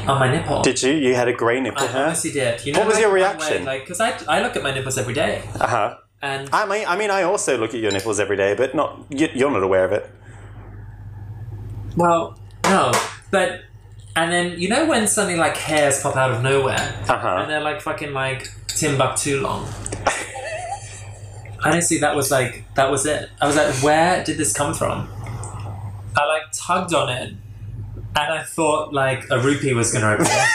on my nipple. Did you? You had a grey nipple, I huh? honestly did. You know, What was like, your one way, reaction? Like, because I, I look at my nipples every day, Uh huh. and I mean, I mean, I also look at your nipples every day, but not you, you're not aware of it. well, no, but and then you know when suddenly like hairs pop out of nowhere, Uh huh. and they're like fucking like Timbuktu long. Honestly, that was like that was it. I was like, where did this come from? I like tugged on it, and I thought like a rupee was gonna appear.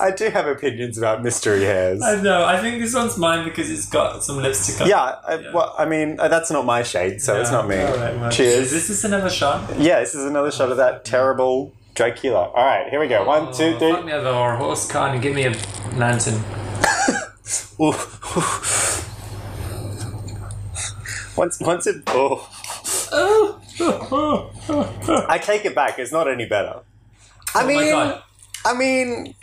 I do have opinions about mystery hairs. I know. I think this one's mine because it's got some lipstick on. yeah, I, Well, I mean, uh, that's not my shade, so it's not me. All right, well, Cheers. Is this another shot? Yeah, this is another shot of that terrible Dracula. All right, here we go. One, two, three. Oh, Fuck me over or a horse car and give me a lantern. Oh Ooh. once, once it. Oh. I take it back. It's not any better. I Oh mean, my god. I mean,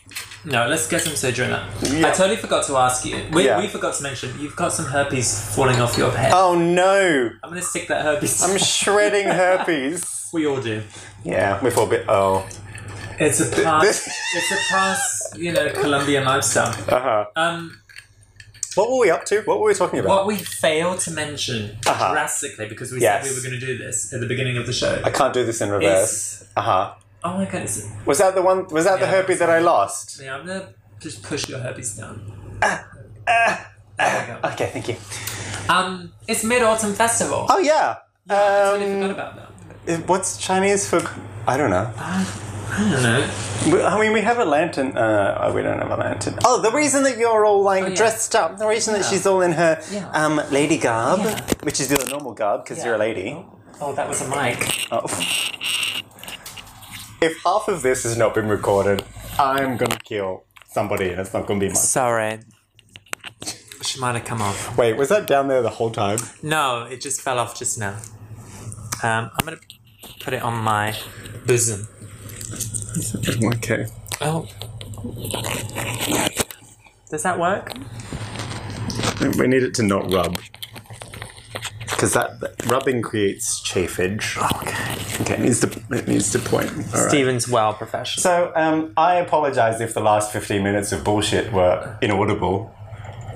No, let's get some surgery now. Yeah. I totally forgot to ask you. We, Yeah. we forgot to mention you've got some herpes falling off your head. oh no, I'm gonna stick that herpes. I'm shredding herpes. we all do. Yeah, with all bit. Oh, It's a past. this- it's a past. You know, Colombian lifestyle. uh huh. Um, What were we up to? What were we talking about? what we failed to mention Uh-huh. drastically because we Yes. said we were going to do this at the beginning of the show. I can't do this in reverse. is Uh huh. oh my god! It's, Was that the one? Was that the Yeah. herpes that I lost? yeah, I'm gonna just push your herpes down. Uh, Okay, thank you. Um, it's Mid Autumn Festival. Oh yeah. I totally um, forgot about that. Is- What's Chinese for? I don't know. I don't know. We- I mean, we have a lantern. Uh, oh, we don't have a lantern. Oh, the reason that you're all like Oh, yeah. dressed up, the reason that she's all in her Yeah. um, lady garb, Yeah. which is your normal garb because you're a lady. Oh, that was a mic. Oh. If half of this has not been recorded, I'm gonna kill somebody, and it's not gonna be mine. Sorry. She might have come off. Wait, was that down there the whole time? No, it just fell off just now. Um, I'm gonna put it on my bosom. Okay. Oh. Does that work? We need it to not rub. Because that, that rubbing creates chafage. Okay. Okay, it needs to it needs to point. All right. Steven's well professional. So um, I apologise if the last fifteen minutes of bullshit were inaudible.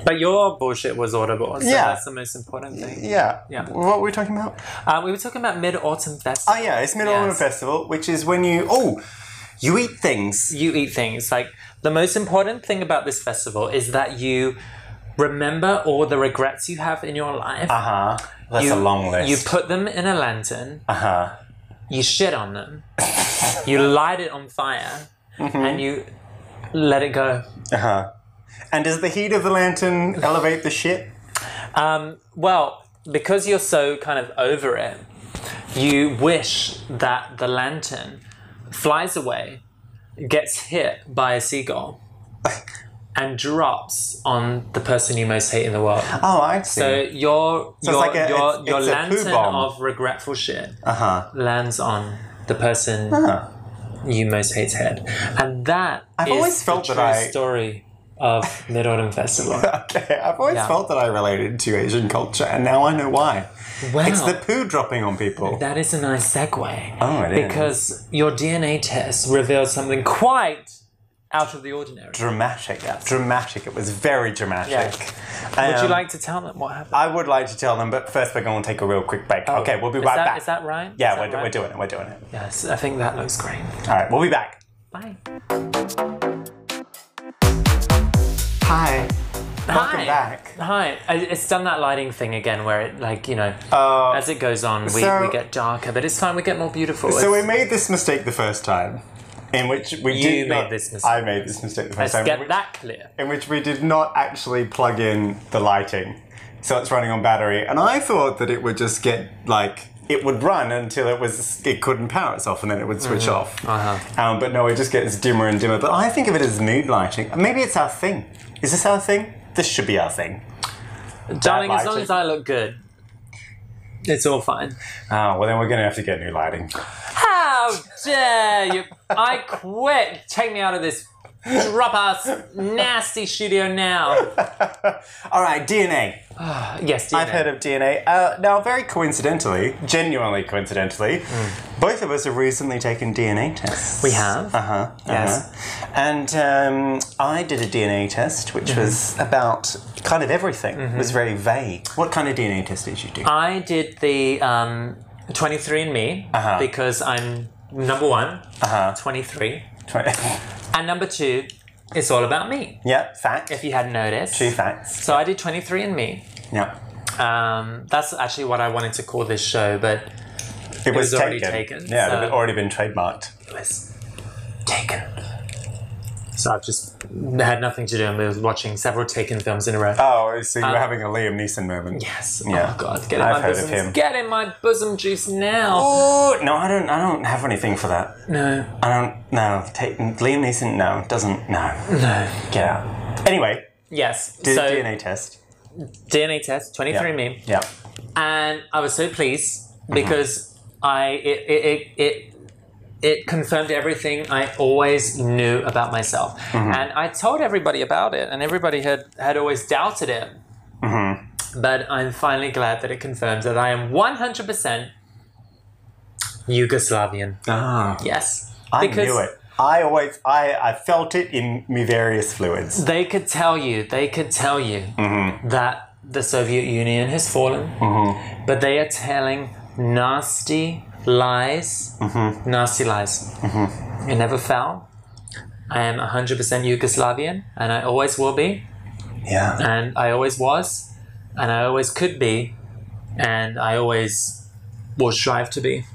But your bullshit was audible, so Yeah. that's the most important thing. Yeah. Yeah. What were we talking about? Uh, we were talking about Mid Autumn Festival. Oh yeah, it's Middle Autumn Yes. Festival, which is when you oh, you eat things. you eat things. Like the most important thing about this festival is that you remember all the regrets you have in your life. Uh huh. That's you, a long list. You put them in a lantern. uh huh. You shit on them. you light it on fire, and you let it go. Uh huh. And does the heat of the lantern elevate the shit? Um, well, because you're so kind of over it, you wish that the lantern flies away, gets hit by a seagull, and drops on the person you most hate in the world. Oh, I see. So your your like a- your, it's- your it's a poo lantern bomb. of regretful shit uh huh. lands on the person Huh. you most hate's head, and that Ah. I've is always the felt that true I- story of Mid Autumn Festival. Okay, I've always Yeah. felt that I related to Asian culture, and now I know why. Wow. It's the poo dropping on people. That is a nice segue. Oh, it is. Because your DNA test revealed something quite out of the ordinary. dramatic. Dramatic. It was very dramatic. Would you Um, like to tell them what happened? I would like to tell them, but first we're going to take a real quick break. okay, we'll be Oh, Is right that- back. Is that right? yeah, Is we're, that right? we're doing it. We're doing it. Yes, I think that looks great. All right, we'll be back. Bye. Hi. Welcome Hi. back. Hi. I- It's done that lighting thing again where it, like, you know, Uh, as it goes on, we, so- we get darker, but it's fine, we get more beautiful. so we It's- made this mistake the first time, in which we You did made not- this mistake. I made this mistake the 1st Let's time. get which- that clear. in which we did not actually plug in the lighting. So it's running on battery. And I thought that it would just get like it would run until it was it couldn't power itself and then it would switch off. Uh-huh. Um, but no, it just gets dimmer and dimmer. But I think of it as mood lighting. Maybe it's our thing. Is this our thing? This should be our thing. Darling, as long lighting. as I look good, it's all fine. Ah, well then we're gonna have to get new lighting. How dare you? I quit. Take me out of this drop ass nasty studio now. All right, DNA. Yes, DNA. I've heard of DNA. Uh, now, very coincidentally, genuinely coincidentally, both of us have recently taken DNA tests. We have. Uh huh. Yes. And um, I did a DNA test, which was Mm-hmm. about kind of everything. It was very vague. What kind of DNA test did you do? I did the um, 23andMe Uh-huh. because I'm number one, Uh-huh. 23, Tw- and number two, it's all about me. Uh-huh. yeah, fact. If you hadn't noticed. Two facts. So I did 23andMe. Yeah. Um, that's actually what I wanted to call this show, but It, was already taken, Yeah, it so- had already been trademarked. it was taken So I've just had nothing to do and was watching several Taken films in a row. Oh, so Uh, you were having a Liam Neeson moment. yes. yeah. Oh God, get in I've my heard of bosom. him. Get in my bosom juice now. Oh no, I don't. I don't have anything for that. No. I don't. No, take, Liam Neeson. No, doesn't. No, No. get out. Anyway, Yes. did so a DNA test. DNA test, twenty three Yeah. me. Yeah. and I was so pleased Mm-hmm. because I it it, it it it confirmed everything I always knew about myself, Mm-hmm. and I told everybody about it, and everybody had had always doubted it. Mm-hmm. But I'm finally glad that it confirms that I am 100% Yugoslavian. Ah, Yes, I because knew it. I always. I. I felt it in me various fluids. They could tell you. They could tell you that the Soviet Union has fallen, but they are telling nasty lies. Nasty lies. It never fell. I am 100% Yugoslavian, and I always will be, Yeah. and I always was, and I always could be, and I always will strive to be.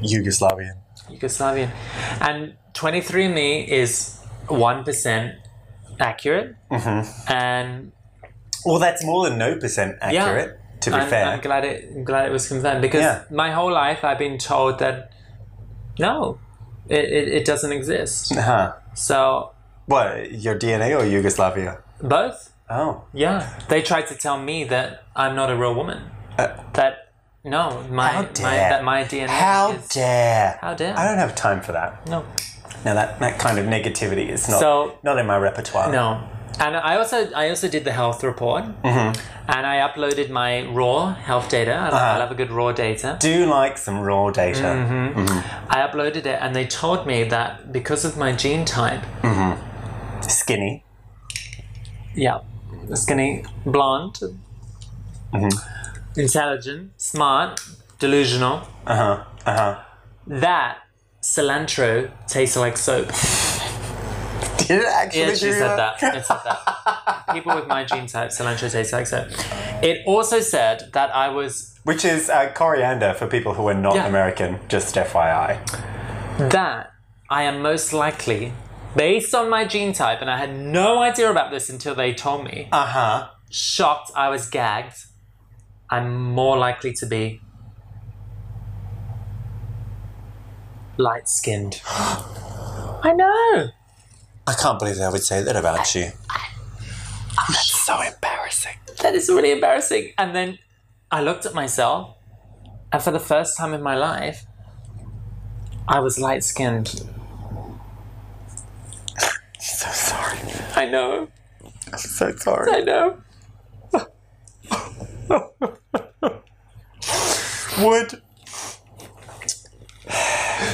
Yugoslavian. Yugoslavian. And 23andMe is 1% accurate. And Well, that's more than no percent Yeah. accurate. To be I'm, fair. I'm glad it I'm glad it was confirmed because Yeah. my whole life I've been told that no, it, it, it doesn't exist. huh. So What? Your DNA or Yugoslavia? both, Oh. yeah, they tried to tell me that I'm not a real woman. Uh, that no, my, How my dare. that my DNA. How is, dare? How dare. I don't have time for that. no, Now that that kind of negativity is not So- not in my repertoire. no. And I also I also did the health report, Mm-hmm. and I uploaded my raw health data. I, Uh-huh. I love a good raw data. Do like some raw data. I uploaded it, and they told me that because of my gene type, Mm-hmm. Skinny. Yeah. Skinny, blonde, intelligent, smart, delusional. Uh huh. Uh huh. That cilantro tastes like soap. Did it actually Yeah, do she said that. It said that. People with my gene type, cilantro tastes like soap. It also said that I was Which is uh, coriander for people who are not Yeah. American, just FYI. that I am most likely. Based on my gene type, and I had no idea about this until they told me. Uh Uh-huh. huh. shocked I was gagged, I'm more likely to be light skinned. I know. I can't believe they would say that about you. That's so embarrassing. That is really embarrassing. And then I looked at myself, and for the first time in my life, I was light skinned. So sorry. I know. I'm so sorry. I know. Would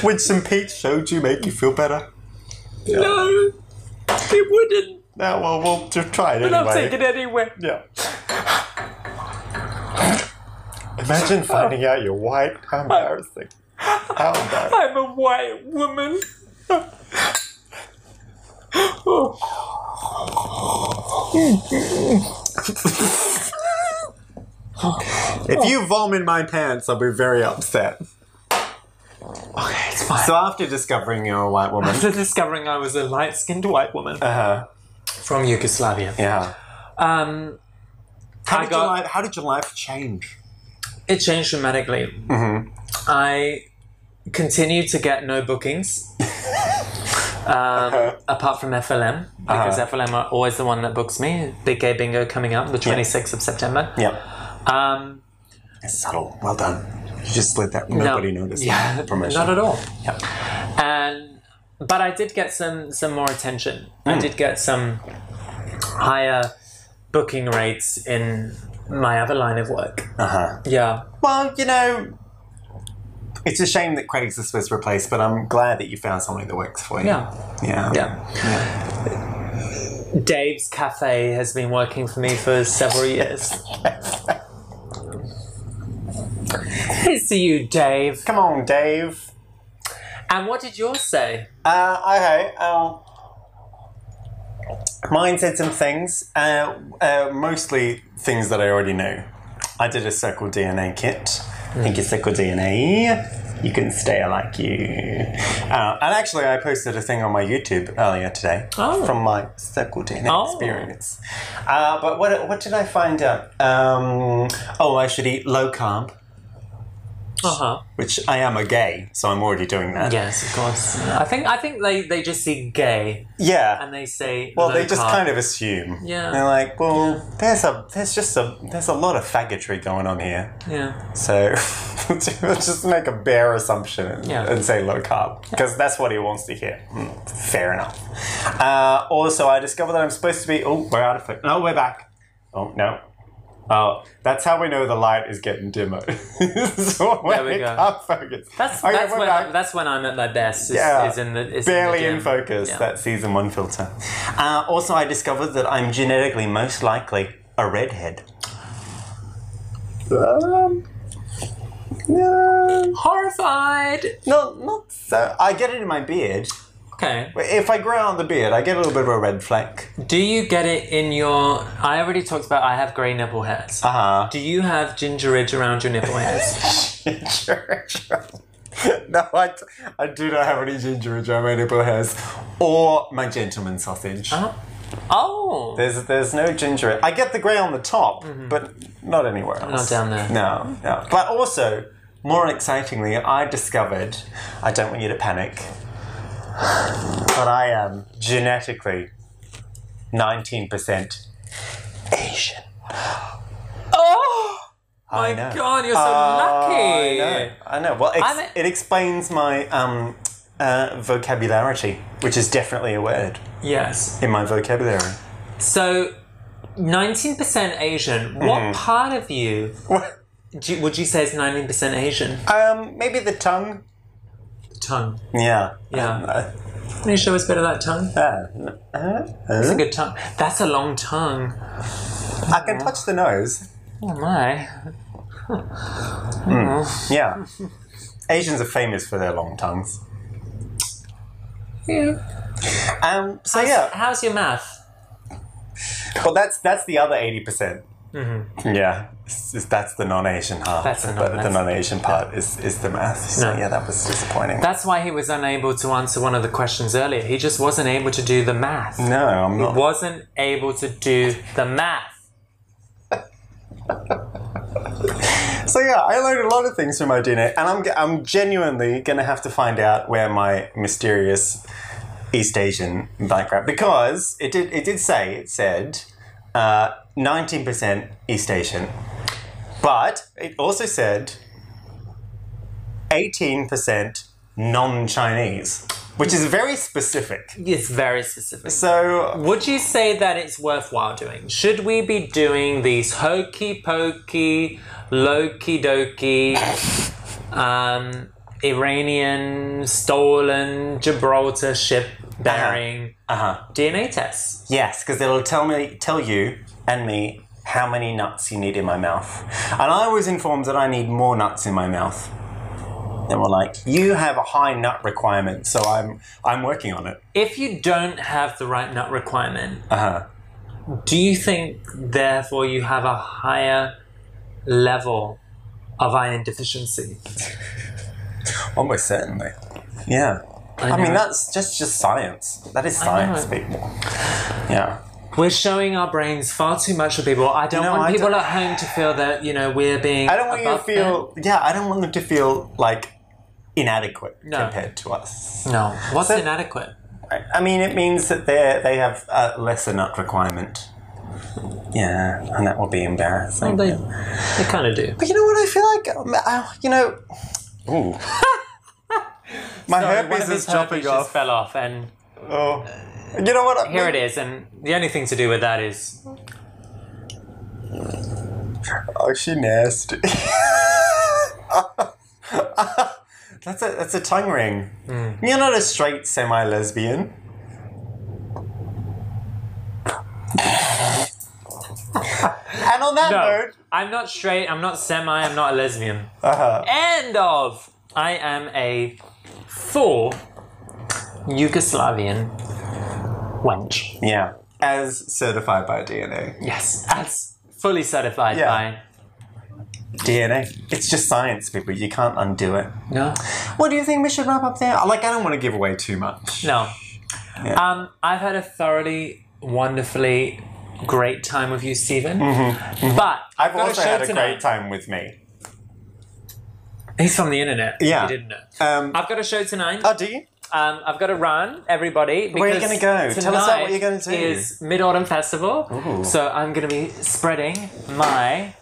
would some peach soju make you feel better? No. It wouldn't. No, well, we'll just try it I'll anyway. take it anyway. Yeah. Imagine finding out you're white. How embarrassing. How embarrassing. I'm a white woman. Oh. If you vomit in my pants, I'll be very upset. Okay, it's fine. So after discovering you're a white woman, After discovering I was a light skinned white woman uh, from Yugoslavia. yeah. Um, How I did, got- your life, how did your life change? it changed dramatically. Mm-hmm. I continued to get no bookings, um, Uh-huh. apart from FLM, because FLM are always the one that books me. Big Gay Bingo coming up the 26th of September. Yeah. Um, Subtle. Well done. You just slid that. Nobody no, noticed. Yeah, that promotion. not at all. Yep. and but I did get some some more attention. Hmm. I did get some higher booking rates in my other line of work. Uh-huh. Yeah, Well, you know, it's a shame that Craigslist was replaced, but I'm glad that you found something that works for you. yeah, Yeah. yeah. Dave's Cafe has been working for me for several years. it's you, Dave. Come on, Dave. And what did yours say? Uh, okay. Um, mine said some things, uh, uh, mostly things that I already knew. I did a Circle DNA kit. Thank you, Circle DNA. You can stay like you. Uh, and actually, I posted a thing on my YouTube earlier today Oh. from my circle dating Oh. experience. Uh, but what, what did I find out? Um, oh, I should eat low carb, Uh huh. which I am a gay, so I'm already doing that. Yes, of course. I think I think they, they just see gay Yeah. and they say. well, low they just carb. kind of assume. Yeah. They're like, well, there's a, there's just a, there's a lot of faggotry going on here. Yeah. So let's just make a bare assumption and, Yeah. and say low carb because that's what he wants to hear. Mm, fair enough. Uh, also, I discovered that I'm supposed to be. Oh, we're out of it. No, we're back. Oh no. Oh, that's how we know the light is getting dimmer. so when There we it go. can't focus. That's Okay, that's we're when back. I, that's when I'm at my best. Is, Yeah. is in the is barely in, the in dim. focus. Yeah. That season one filter. Uh, also, I discovered that I'm genetically most likely a redhead. Um, no. horrified. No, not so. I get it in my beard. Okay. If I grow out the beard, I get a little bit of a red fleck. Do you get it in your? I already talked about. I have grey nipple hairs. Uh huh. Do you have gingerage around your nipple hairs? no, I, t- I do not have any ginger in my nipple hairs or my gentleman sausage. oh, There's there's no ginger. I get the grey on the top, but not anywhere else. Mm-hmm. down there. No, no. But also, more excitingly, I discovered. I don't want you to panic, but I am genetically nineteen percent Asian. oh I my know. god, you're so I lucky. know. I know. Well, ex- I'm a- it explains my um, uh, vocabularity, which is definitely a word Yes. in my vocabulary. So, nineteen percent Asian. Mm. What part of you do you, would you say is nineteen percent Asian? um, maybe the tongue. Tongue. Yeah. Yeah. Uh, Can you show us a bit of that tongue? uh, uh, That's a good tongue. That's a long tongue. I can touch the nose. Oh my. Yeah. Asians are famous for their long tongues. Yeah. Um, so yeah, How's your math? well that's that's the other eighty percent. Yeah, it's, it's- that's the non-Asian half. Mm-hmm. That's the but non- the that's- non-Asian part is, is the math. So No. yeah, that was disappointing. That's why he was unable to answer one of the questions earlier. He just wasn't able to do the math. no, I'm not. Wasn't able to do the math. So yeah, I learned a lot of things from my DNA, and I'm I'm genuinely gonna have to find out where my mysterious East Asian background because it did it did say it said uh, nineteen percent East Asian, but it also said eighteen percent non-Chinese, which is very specific. It's very specific. So Would you say that it's worthwhile doing? Should we be doing these hokey pokey, loki doki, um, Iranian stolen Gibraltar ship bearing uh-huh. DNA tests? Yes, because it'll tell me, tell you and me how many nuts you need in my mouth. And I was informed that I need more nuts in my mouth. They were like, you have a high nut requirement, so I'm I'm working on it. If you don't have the right nut requirement, Uh huh. Do you think, therefore, you have a higher level of iron deficiency? Almost certainly. Yeah. I, mean, know. that's just just science. That is science, know. people. Yeah. We're showing our brains far too much to people. I don't know, want I people don't- at home to feel that you know we're being. I don't want you to feel. Yeah, I don't want them to feel like inadequate No. compared to us. No, what's inadequate? I I mean, it means that they they have a lesser nut requirement. Yeah, and that will be embarrassing. They, they kind of do. but you know what? I feel like um, I, you know. Ooh. My One herpes of is his chopping herpes just off. fell off, and Oh. You know what? here it is. And the only thing to do with that is Oh, she nasty. that's a that's a tongue ring. You're not a straight semi-lesbian. and on that no. note. I'm not straight. I'm not semi. I'm not a lesbian. Uh-huh. End of. I am a full Yugoslavian wench. Yeah. As certified by DNA. Yes, that's fully certified Yeah. by DNA. It's just science, people. You can't undo it. No. What do you think we should wrap up there? Like, I don't want to give away too much. No. Um, I've had a thoroughly, wonderfully great time with you, Stephen. But Mm-hmm. I've got also show had a tonight. great time with me. He's from the internet. if Yeah. You didn't know. Um, I've got a show tonight. oh, do you? Um, I've got to run, everybody. Because are you gonna go? Tell us about what you're gonna tonight do. Is Mid Autumn Festival. Ooh. So I'm going to be spreading my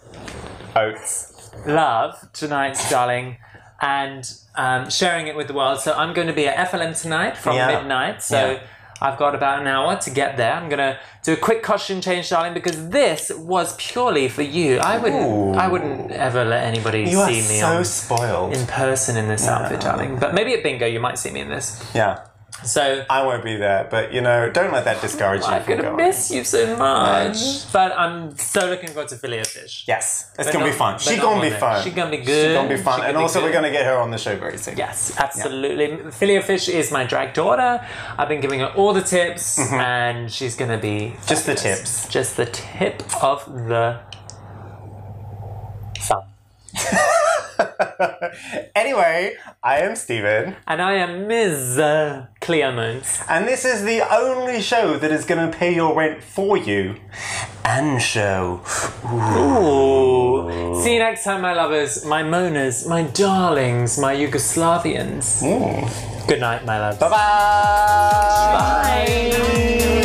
Oats. love tonight's darling, and um, sharing it with the world. So I'm going to be at FLM tonight from Yeah. midnight. So. Yeah. I've got about an hour to get there. I'm gonna do a quick costume change, darling, because this was purely for you. I wouldn't, I Ooh. wouldn't ever let anybody You are see me so on- spoiled. in person in this outfit, darling. But maybe at bingo you might see me in this. yeah. So I won't be there, but you know, don't let that discourage you I'm from gonna going. miss you so much. But I'm so looking forward to Filet Fish. Yes, it's But gonna be not- fun. but She not gonna on be it. fun. She gonna be She good. gonna be fun, She and gonna be also we're good. gonna get her on the show very soon. Yes, absolutely. Filet Fish is my drag daughter. I've been giving her all the tips, and she's gonna be Just the fabulous. tips. Mm-hmm. Just the tip of the sun. Anyway, I am Steven, And I am uh, Ms. Cleo Moons. and this is the only show that is gonna pay your rent for you. And show. Ooh. See you next time, my lovers, my moaners, my darlings, my Mm. Yugoslavians. Good night, my loves. Bye. Bye.